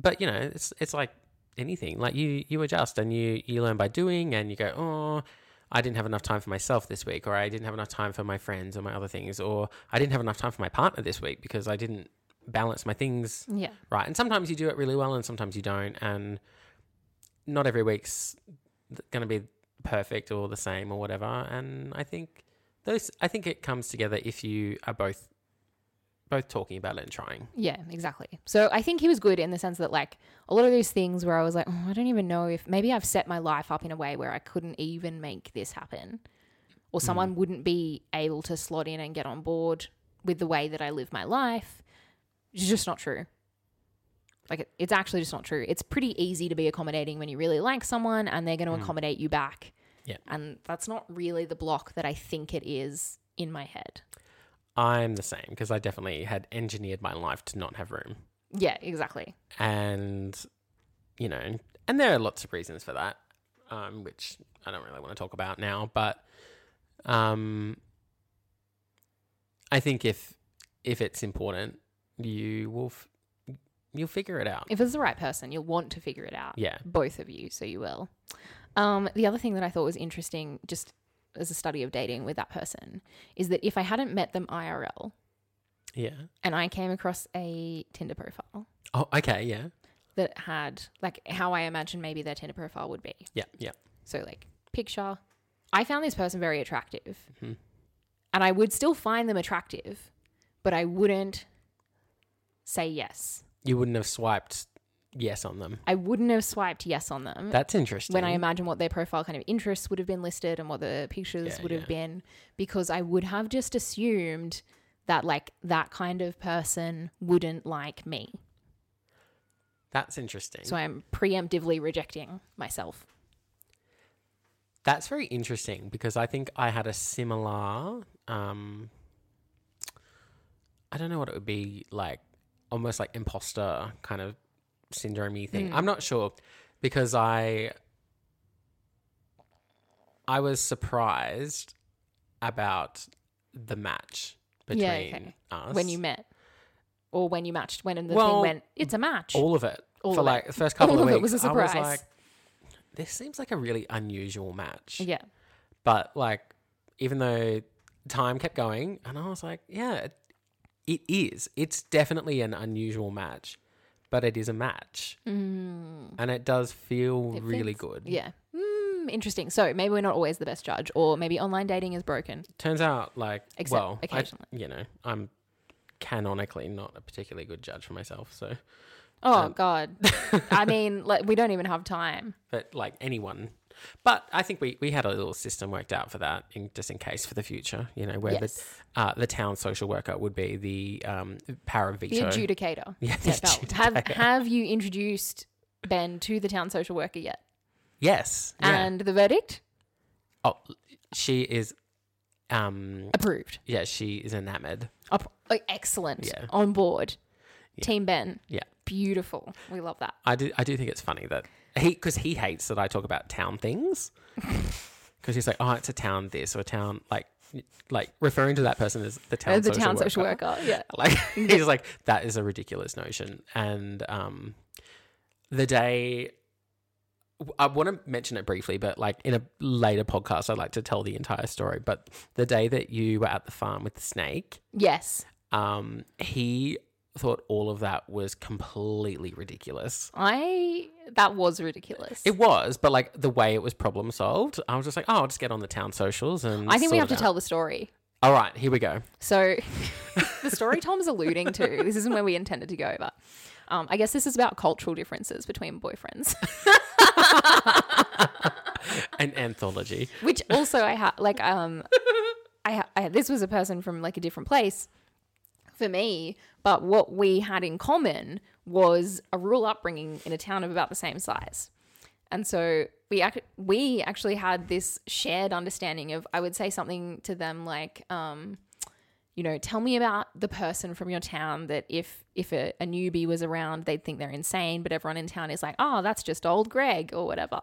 but you know, it's it's like anything. Like you you adjust and you you learn by doing, and you go, oh, I didn't have enough time for myself this week, or I didn't have enough time for my friends or my other things, or I didn't have enough time for my partner this week because I didn't balance my things
Yeah.
right. And sometimes you do it really well, and sometimes you don't. And not every week's going to be perfect or the same or whatever. And I think those, I think it comes together if you are both both talking about it and trying.
Yeah, exactly. So I think he was good in the sense that like a lot of those things where I was like, oh, I don't even know if maybe I've set my life up in a way where I couldn't even make this happen, or someone wouldn't be able to slot in and get on board with the way that I live my life. It's just not true. Like it, it's actually just not true. It's pretty easy to be accommodating when you really like someone and they're going to accommodate you back.
Yeah.
And that's not really the block that I think it is in my head.
I'm the same because I definitely had engineered my life to not have room.
Yeah, exactly.
And, you know, and there are lots of reasons for that, um, which I don't really want to talk about now. But um, I think if if it's important, you will f- you'll figure it out.
If it's the right person, you'll want to figure it out.
yeah.
both of you, so you will. Um, the other thing that I thought was interesting, just as a study of dating with that person, is that if I hadn't met them IRL
Yeah.
and I came across a Tinder profile
Oh, okay. Yeah.
that had like how I imagine maybe their Tinder profile would be.
Yeah. Yeah.
So like picture, I found this person very attractive,
Mhm.
and I would still find them attractive, but I wouldn't say yes.
You wouldn't have swiped yes on them.
I wouldn't have swiped yes on them.
That's interesting.
when I imagine what their profile kind of interests would have been listed and what the pictures
Yeah,
would
yeah.
have been, because I would have just assumed that like that kind of person wouldn't like me.
That's interesting.
So I'm preemptively rejecting myself.
That's very interesting because I think I had a similar. Um, I don't know what it would be like, almost like imposter kind of syndrome thing.
Mm.
I'm not sure because I I was surprised about the match between
Yeah, okay.
us
When you met or when you matched, when and the
Well,
thing went, it's a match.
all of it
All
for
of it.
like the first couple
All
of
of
weeks.
it was a
I was
surprise.
like, this seems like a really unusual match.
yeah.
But like, even though time kept going, and I was like, yeah, it, it is. It's definitely an unusual match, but it is a match,
Mm,
and it does feel
it
really
fits.
good.
Yeah. Mm, interesting. So maybe we're not always the best judge, or maybe online dating is broken.
Turns out, like,
Except
well, I-
occasionally.
you know, I'm canonically not a particularly good judge for myself. So,
Oh, God. I mean, like, we don't even have time.
but like anyone. But I think we, we had a little system worked out for that, in, just in case for the future. You know where
Yes.
the uh, the town social worker would be the um, power of
The
veto.
adjudicator. [laughs]
Yeah, [laughs] the
Yeah, Val, Have
adjudicator.
Have you introduced Ben to the town social worker yet?
yes, yeah.
And the verdict
Oh, she is. Um.
approved.
Yeah, she is enamored.
Up- oh, excellent.
Yeah.
On board. Team Ben.
Yeah.
Beautiful. We love that.
I do. I do think it's funny that he because he hates that I talk about town things [laughs] because he's like, oh, it's a town this or a town like like referring to that person as the town
Uh, the
social
town
worker.
social worker. Yeah.
[laughs] Like he's like that is a ridiculous notion. And um, the day I want to mention it briefly, but like in a later podcast, I'd like to tell the entire story. But the day that you were at the farm with the snake,
Yes.
um, he thought all of that was completely ridiculous.
I. That was ridiculous.
It was, but like the way it was problem solved, I was just like, oh, I'll just get on the town socials and.
I think we
sort
have to
it out.
tell the story.
All right, here we go. [laughs]
So, the story Tom's alluding to, this isn't where we intended to go, but um, I guess this is about cultural differences between boyfriends. [laughs]
An
[laughs]
anthology.
which also I had like um I, ha- I this was a person from like a different place for me but what we had in common was a rural upbringing in a town of about the same size and so we act- we actually had this shared understanding of I would say something to them like um you know tell me about the person from your town that if if a, a newbie was around they'd think they're insane but everyone in town is like oh that's just old Greg or whatever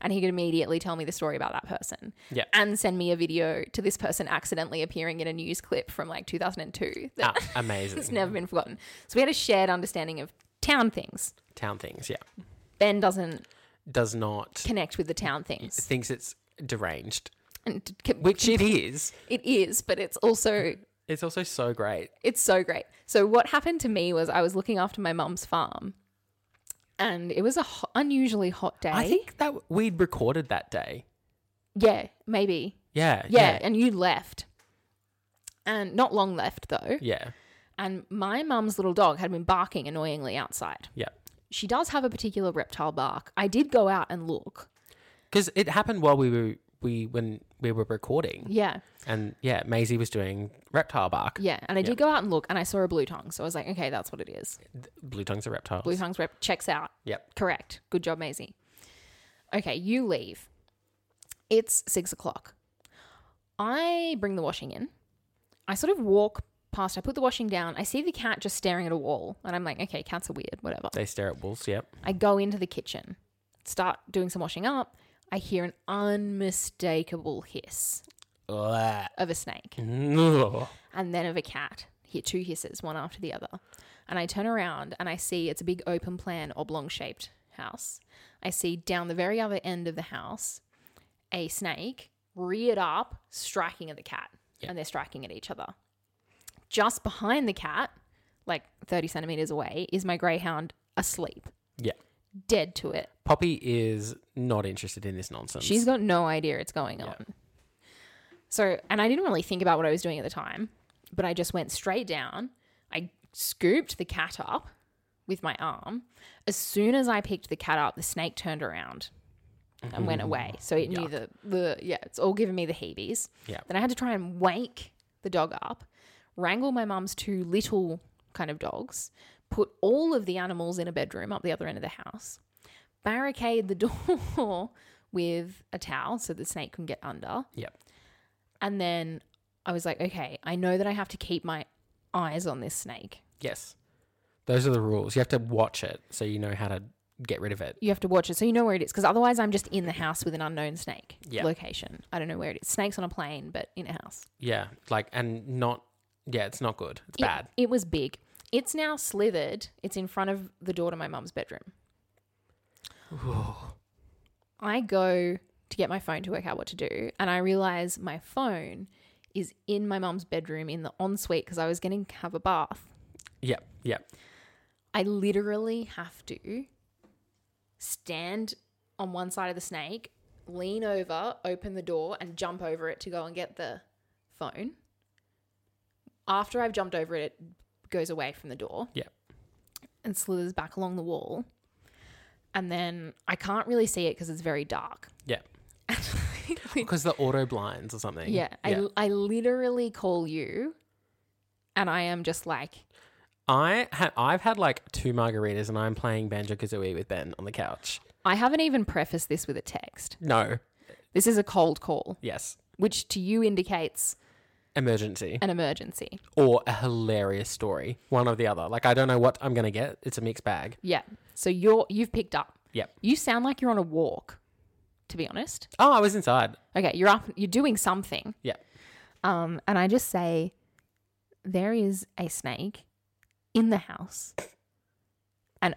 and he could immediately tell me the story about that person
Yeah.
and send me a video to this person accidentally appearing in a news clip from like 2002 that
Ah, amazing.
has never been forgotten so we had a shared understanding of town things
Town things, yeah.
ben doesn't
Does not.
connect with the town things
Thinks it's deranged,
and c-
which
[laughs]
it is.
it is but it's also
It's also so great.
It's so great. So what happened to me was I was looking after my mum's farm, and it was a ho- unusually hot day.
I think that we'd recorded that day.
yeah, maybe
Uh, Yeah.
yeah, And you left, and not long left though.
Yeah.
And my mum's little dog had been barking annoyingly outside.
Yeah.
She does have a particular reptile bark. I did go out and look.
Because it happened while we were we when we were recording,
Yeah.
and yeah, Maisie was doing reptile bark.
Yeah. And I did go out and look and I saw a blue tongue. So I was like, okay, that's what it is.
Blue tongues are reptiles.
Blue tongues rep checks out.
Yep.
Correct. Good job, Maisie. Okay, you leave. It's six o'clock. I bring the washing in. I sort of walk past, I put the washing down. I see the cat just staring at a wall, and I'm like, okay, cats are weird, whatever.
They stare at wolves. Yep.
I go into the kitchen, start doing some washing up. I hear an unmistakable hiss
Blah.
of a snake
No.
and then of a cat. Hear two hisses, one after the other. And I turn around and I see it's a big open plan, oblong shaped house. I see down the very other end of the house a snake reared up, striking at the cat. And they're striking at each other. Just behind the cat, like 30 centimeters away, is my greyhound asleep,
Yeah.
dead to it.
[laughs] Poppy is not interested in this nonsense.
She's got no idea it's going on. So, and I didn't really think about what I was doing at the time, but I just went straight down. I scooped the cat up with my arm. As soon as I picked the cat up, the snake turned around and went away. So it knew the, the, yeah, it's all giving me the heebies.
Yeah.
Then I had to try and wake the dog up, wrangle my mum's two little kind of dogs, put all of the animals in a bedroom up the other end of the house, barricade the [laughs] door with a towel so the snake can get under.
Yep.
And then I was like, okay, I know that I have to keep my eyes on this snake.
Yes. Those are the rules. You have to watch it so you know how to get rid of it.
You have to watch it so you know where it is because otherwise I'm just in the house with an unknown snake
Yeah.
location. I don't know where it is. Snakes on a plane, but in a house.
Yeah. Like and not yeah, it's not good. It's
It-
bad.
It, was big. It's now slithered. It's in front of the door to my mum's bedroom. I go to get my phone to work out what to do, and I realize my phone is in my mum's bedroom in the ensuite because I was going to have a bath.
Yep. Yep.
I literally have to stand on one side of the snake, lean over, open the door, and jump over it to go and get the phone. After I've jumped over it, it goes away from the door
Yep.
and slithers back along the wall. And then I can't really see it because it's very dark. [laughs]
Yep. Because the auto blinds or something.
yeah, I,
Yeah.
I literally call you, and I am just like,
I ha- I've had like two margaritas and I'm playing Banjo Kazooie with Ben on the couch.
I haven't even prefaced this with a text.
No.
This is a cold call.
Yes.
which to you indicates
Emergency
an emergency.
or a hilarious story. One or the other. Like I don't know what I'm gonna get. It's a mixed bag.
Yeah. So you're you've picked up.
Yep.
You sound like you're on a walk, to be honest.
Oh, I was inside.
Okay, you're up you're doing something.
Yeah.
Um, and I just say there is a snake in the house. And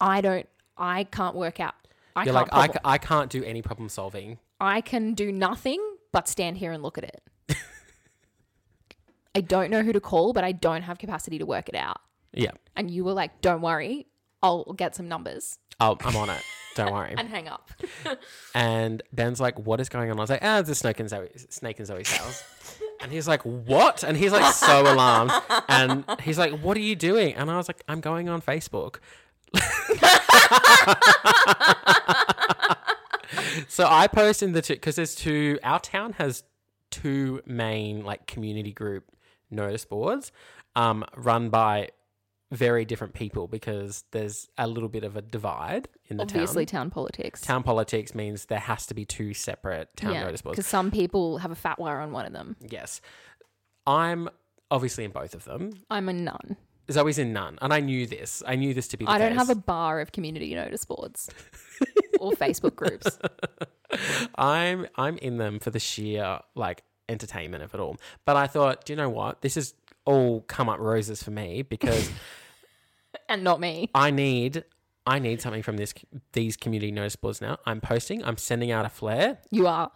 I don't I can't work out. I
You're
can't
like I,
problem-
ca- I can't do any problem solving.
I can do nothing but stand here and look
[laughs]
at it. I don't know who to call, but I don't have capacity to work it out.
Yeah.
and you were like, "Don't worry, I'll get some numbers
Oh, I'm on it. Don't worry.
and hang up."
And Ben's like, "What is going on?" I was like, "Ah, it's a snake and Zoe, snake and Zoe's house." and he's like, "What?" And he's like, so alarmed. And he's like, "What are you doing?" And I was like, "I'm going on Facebook." so I post in the two because there's two. Our town has two main like community group notice boards, um, run by very different people because there's a little bit of a divide in the town
Obviously, town politics.
town politics means there has to be two separate town notice boards.
because some people have a fatwa on one of them.
Yes. I'm obviously in both of them.
I'm a nun.
Zoe's in none. And I knew this. I knew this to be the
I don't have
case.
a bar of community
[laughs]
notice boards or Facebook groups.
I'm I'm in them for the sheer like entertainment of it all. But I thought, do you know what? This is all come up roses for me
[laughs]
because
And not me.
I need I need something from this these community notice boards now. I'm posting, I'm sending out a flare.
You are.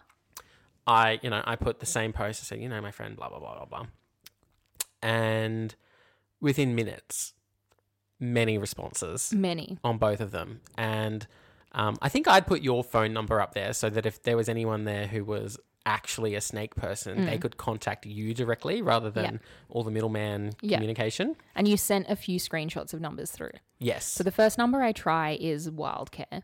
I, you know, I put the same post. I said, you know, my friend, blah blah blah blah blah, and within minutes, many responses
Many.
on both of them. And um, I think I'd put your phone number up there so that if there was anyone there who was actually a snake person,
Mm.
they could contact you directly rather than all the middleman
Yeah.
communication.
And you sent a few screenshots of numbers through.
Yes.
So the first number I try is Wildcare.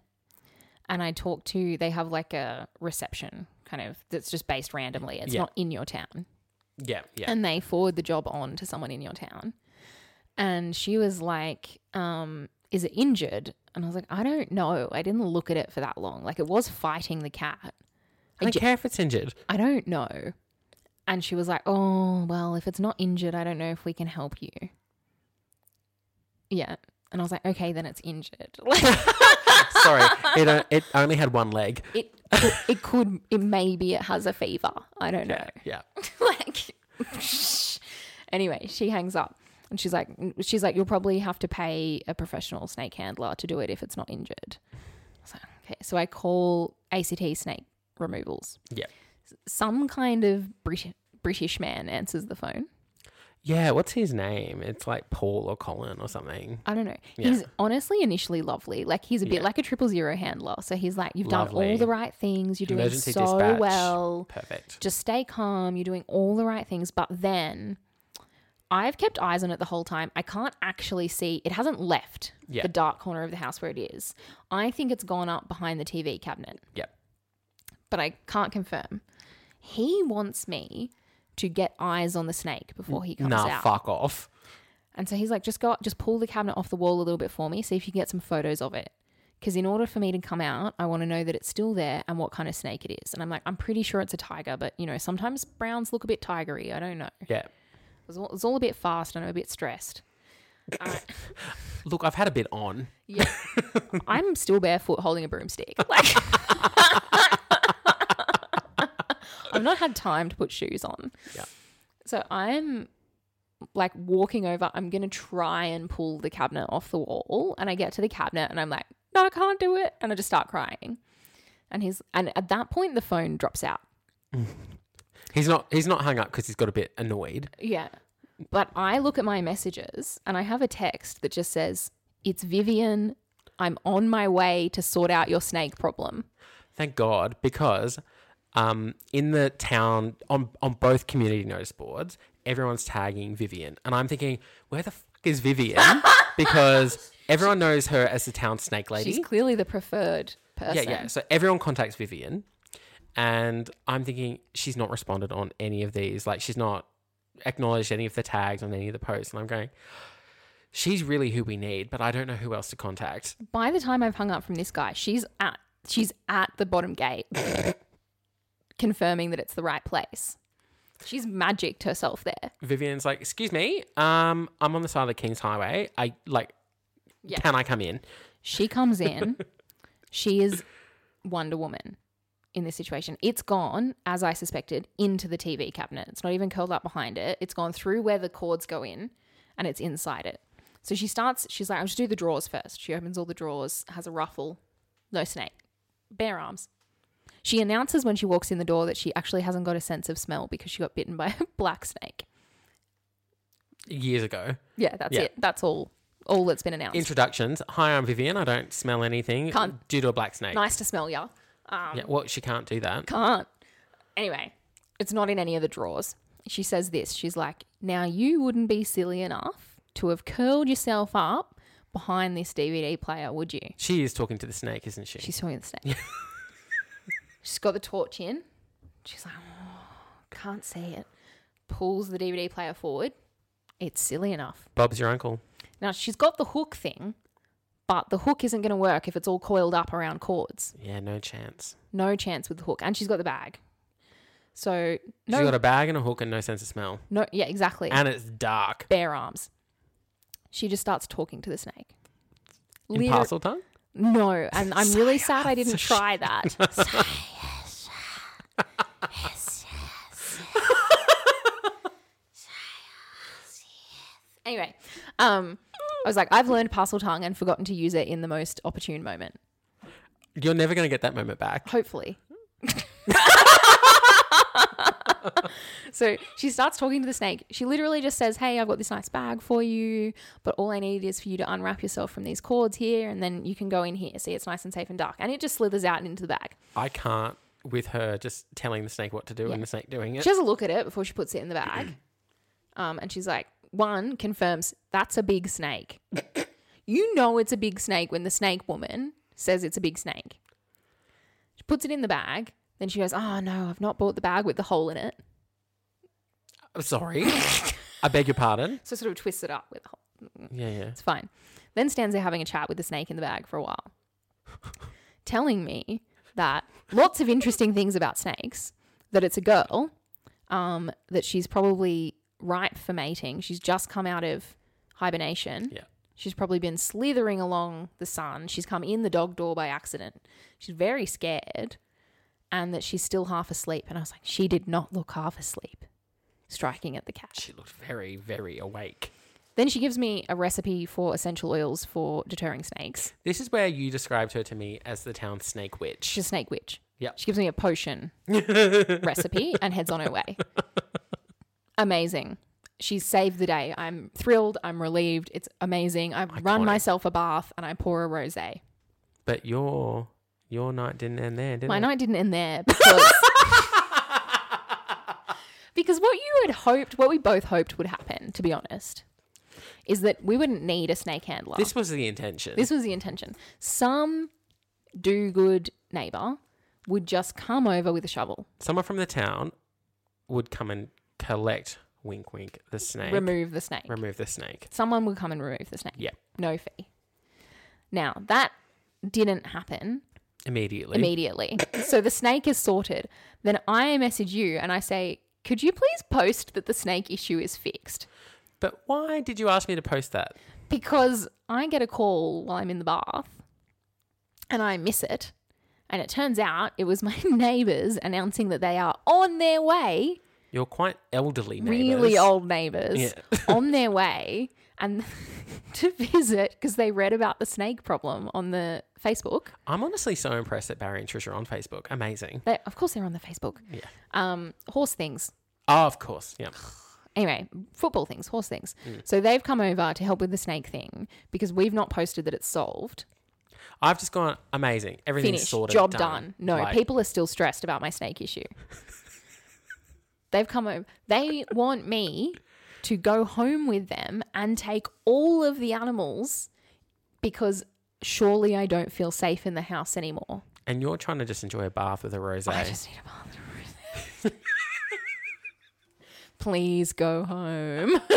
And I talk to, they have like a reception kind of that's just based randomly. It's
Yeah.
not in your town.
yeah, yeah.
And they forward the job on to someone in your town. And she was like, um, Is it injured? And I was like, I don't know. I didn't look at it for that long. Like it was fighting the cat.
I don't care if it's injured.
I don't know. And she was like, Oh, well, if it's not injured, I don't know if we can help you. Yeah. And I was like, Okay, then it's injured. [laughs] Like [laughs]
Sorry, it, o- it only had one leg.
it, it could, it maybe it has a fever. I don't know.
Yeah.
[laughs] like, anyway, she hangs up and she's like, She's like, You'll probably have to pay a professional snake handler to do it if it's not injured. I was like, Okay. So I call ACT snake removals.
Yeah.
Some kind of British, British man answers the phone.
Yeah, what's his name? It's like Paul or Colin or something.
I don't know.
Yeah.
He's honestly initially lovely. Like he's a bit like a triple zero handler. So he's like, you've done all
Lovely.
the right things. You're doing
Emergency
so
dispatch.
well.
Perfect.
Just stay calm. You're doing all the right things. But then I've kept eyes on it the whole time. I can't actually see. It hasn't left
Yeah.
the dark corner of the house where it is. I think it's gone up behind the TV cabinet,
Yeah.
but I can't confirm. He wants me to get eyes on the snake before he comes
Nah,
out.
fuck off.
And so he's like, just go, up, just pull the cabinet off the wall a little bit for me, see if you can get some photos of it. Because in order for me to come out, I want to know that it's still there and what kind of snake it is. And I'm like, I'm pretty sure it's a tiger, but you know, sometimes browns look a bit tigery. I don't know. It
Yeah.
was all, it was all a bit fast and I'm a bit stressed.
Look, I've had a bit on.
Yeah. I'm still barefoot holding a broomstick. Like, I've not had time to put shoes on.
Yeah.
So I'm like walking over. I'm going to try and pull the cabinet off the wall. And I get to the cabinet and I'm like, no, I can't do it. And I just start crying. And he's, and at that point, the phone drops out.
He's not. He's not hung up because he's got a bit annoyed.
Yeah. But I look at my messages and I have a text that just says, it's Vivian. I'm on my way to sort out your snake problem.
Thank God, because um, in the town on on both community notice boards, everyone's tagging Vivian, and I'm thinking, where the fuck is Vivian?
[laughs]
because everyone knows her as the town snake lady.
She's clearly the preferred person.
yeah, yeah. So everyone contacts Vivian, and I'm thinking she's not responded on any of these. Like she's not acknowledged any of the tags on any of the posts, and I'm going. She's really who we need, but I don't know who else to contact.
By the time I've hung up from this guy, she's at she's at the bottom
[laughs]
gate, confirming that it's the right place. She's magicked herself there.
Vivian's like, "Excuse me, um, I'm on the side of the King's Highway. I like,
Yeah.
can I come in?"
She [laughs] comes in. she is Wonder Woman in this situation. It's gone, as I suspected, into the TV cabinet. It's not even curled up behind it. It's gone through where the cords go in and it's inside it. So she starts, she's like, I'll just do the drawers first. She opens all the drawers, has a ruffle, no snake, bare arms. She announces when she walks in the door that she actually hasn't got a sense of smell because she got bitten by [laughs] a black snake.
Years ago,
Yeah, that's
Yeah.
it. That's all. All that's been announced.
introductions. Hi, I'm Vivian. I don't smell anything
Can't-
due to a black snake.
nice to smell ya.
yeah, well, she can't do that.
can't. Anyway, it's not in any of the drawers. She says this. She's like, now you wouldn't be silly enough to have curled yourself up behind this DVD player, would you?
She is talking to the snake, isn't she?
She's talking to the snake. She's got the torch in. She's like, oh, can't see it. Pulls the DVD player forward. It's silly enough.
Bob's your uncle.
Now she's got the hook thing, but the hook isn't going to work if it's all coiled up around cords.
Yeah, no chance.
No chance with the hook. And she's got the bag. So no,
She's got a bag and a hook and no sense of smell,
no, yeah, exactly.
and it's dark.
bare arms. She just starts talking to the snake.
In
Liter-
parcel tongue.
no, and I'm really sad I didn't try
[laughs]
that. anyway, um, I was like, I've learned parcel tongue and forgotten to use it in the most opportune moment.
You're never going to get that moment back.
Hopefully. [laughs] so she starts talking to the snake. She literally just says, Hey, I've got this nice bag for you, but all I need is for you to unwrap yourself from these cords here, and then you can go in here. See, it's nice and safe and dark. And it just slithers out into the bag.
I can't with her just telling the snake what to do
Yeah.
and the snake doing it.
She has a look at it before she puts it in the bag. [clears throat] Um, and she's like, one confirms that's a big snake. [coughs] you know it's a big snake when the snake woman says it's a big snake. She puts it in the bag. Then she goes, oh no, I've not bought the bag with the hole in it.
I'm sorry. I beg your pardon.
So sort of twists it up with a hole.
Yeah, yeah.
It's fine. Then stands there having a chat with the snake in the bag for a while, [laughs] telling me that lots of interesting things about snakes. That it's a girl, um, that she's probably ripe for mating. She's just come out of hibernation.
Yeah.
She's probably been slithering along the sun. She's come in the dog door by accident. She's very scared, and that she's still half asleep. And I was like, she did not look half asleep, striking at the cat.
She looked very, very awake.
Then she gives me a recipe for essential oils for deterring snakes.
This is where you described her to me as the town snake witch.
She's a snake witch.
Yep.
She gives me
[laughs]
a potion recipe and heads on her way. Amazing. She's saved the day. I'm thrilled. I'm relieved. It's amazing. I run
Iconic.
myself a bath and I pour a rose.
But your your night didn't end there, did
My
it?
night didn't end there
[laughs]
because. Because what you had hoped, what we both hoped would happen, to be honest, is that we wouldn't need a snake handler.
This was the intention.
This was the intention. Some do good neighbor would just come over with a shovel,
Someone from the town would come and collect wink wink the snake.
remove the snake.
remove the snake.
Someone would come and remove the snake.
Yeah.
No fee. Now, that didn't happen
Immediately.
immediately. so the snake is sorted. Then I message you and I say, could you please post that the snake issue is fixed?
but why did you ask me to post that?
because I get a call while I'm in the bath and I miss it. And it turns out it was my [laughs] neighbors announcing that they are on their way,
You're quite elderly neighbors.
really old neighbors,
Yeah.
on
[laughs]
their way and [laughs] to visit because they read about the snake problem on the Facebook.
I'm honestly so impressed that Barry and Trish are on Facebook. Amazing.
They, of course, they're on the Facebook.
Yeah.
Um, horse things.
Oh, of course. Yeah.
Anyway, football things, horse things.
Mm.
So they've come over to help with the snake thing because we've not posted that it's solved.
I've just gone amazing. Everything's
finished.
sorted.
Job done. No,
Like,
people are still stressed about my snake issue. They've come over. They want me to go home with them and take all of the animals because surely I don't feel safe in the house anymore.
And you're trying to just enjoy a bath with a rose.
I just need a bathroom. [laughs] Please go home. [laughs]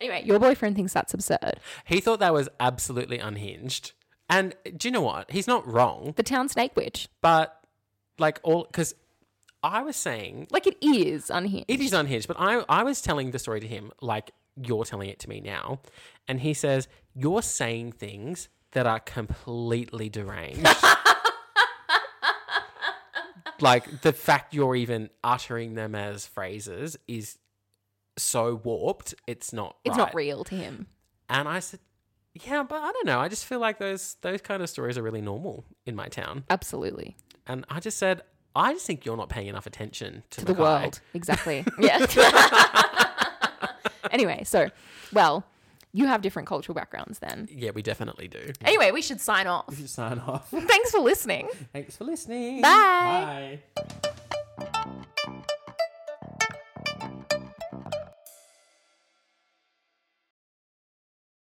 anyway, your boyfriend thinks that's absurd.
He thought that was absolutely unhinged. And do you know what? He's not wrong,
The town snake witch.
but like all because I was saying
Like it is unhinged.
it is unhinged, but I I was telling the story to him like you're telling it to me now, and he says you're saying things that are completely deranged.
[laughs]
like the fact you're even uttering them as phrases is so warped. It's not.
It's
right.
not real to him.
And I said, yeah, but I don't know. I just feel like those those kind of stories are really normal in my town.
Absolutely.
And I just said, I just think you're not paying enough attention to,
To the
Mackay."
world. [laughs] Exactly. Yeah. anyway, so, well, you have different cultural backgrounds then.
Yeah, we definitely do.
Anyway, we should sign off.
Sign off.
Thanks for listening.
Thanks for listening.
Bye.
Bye.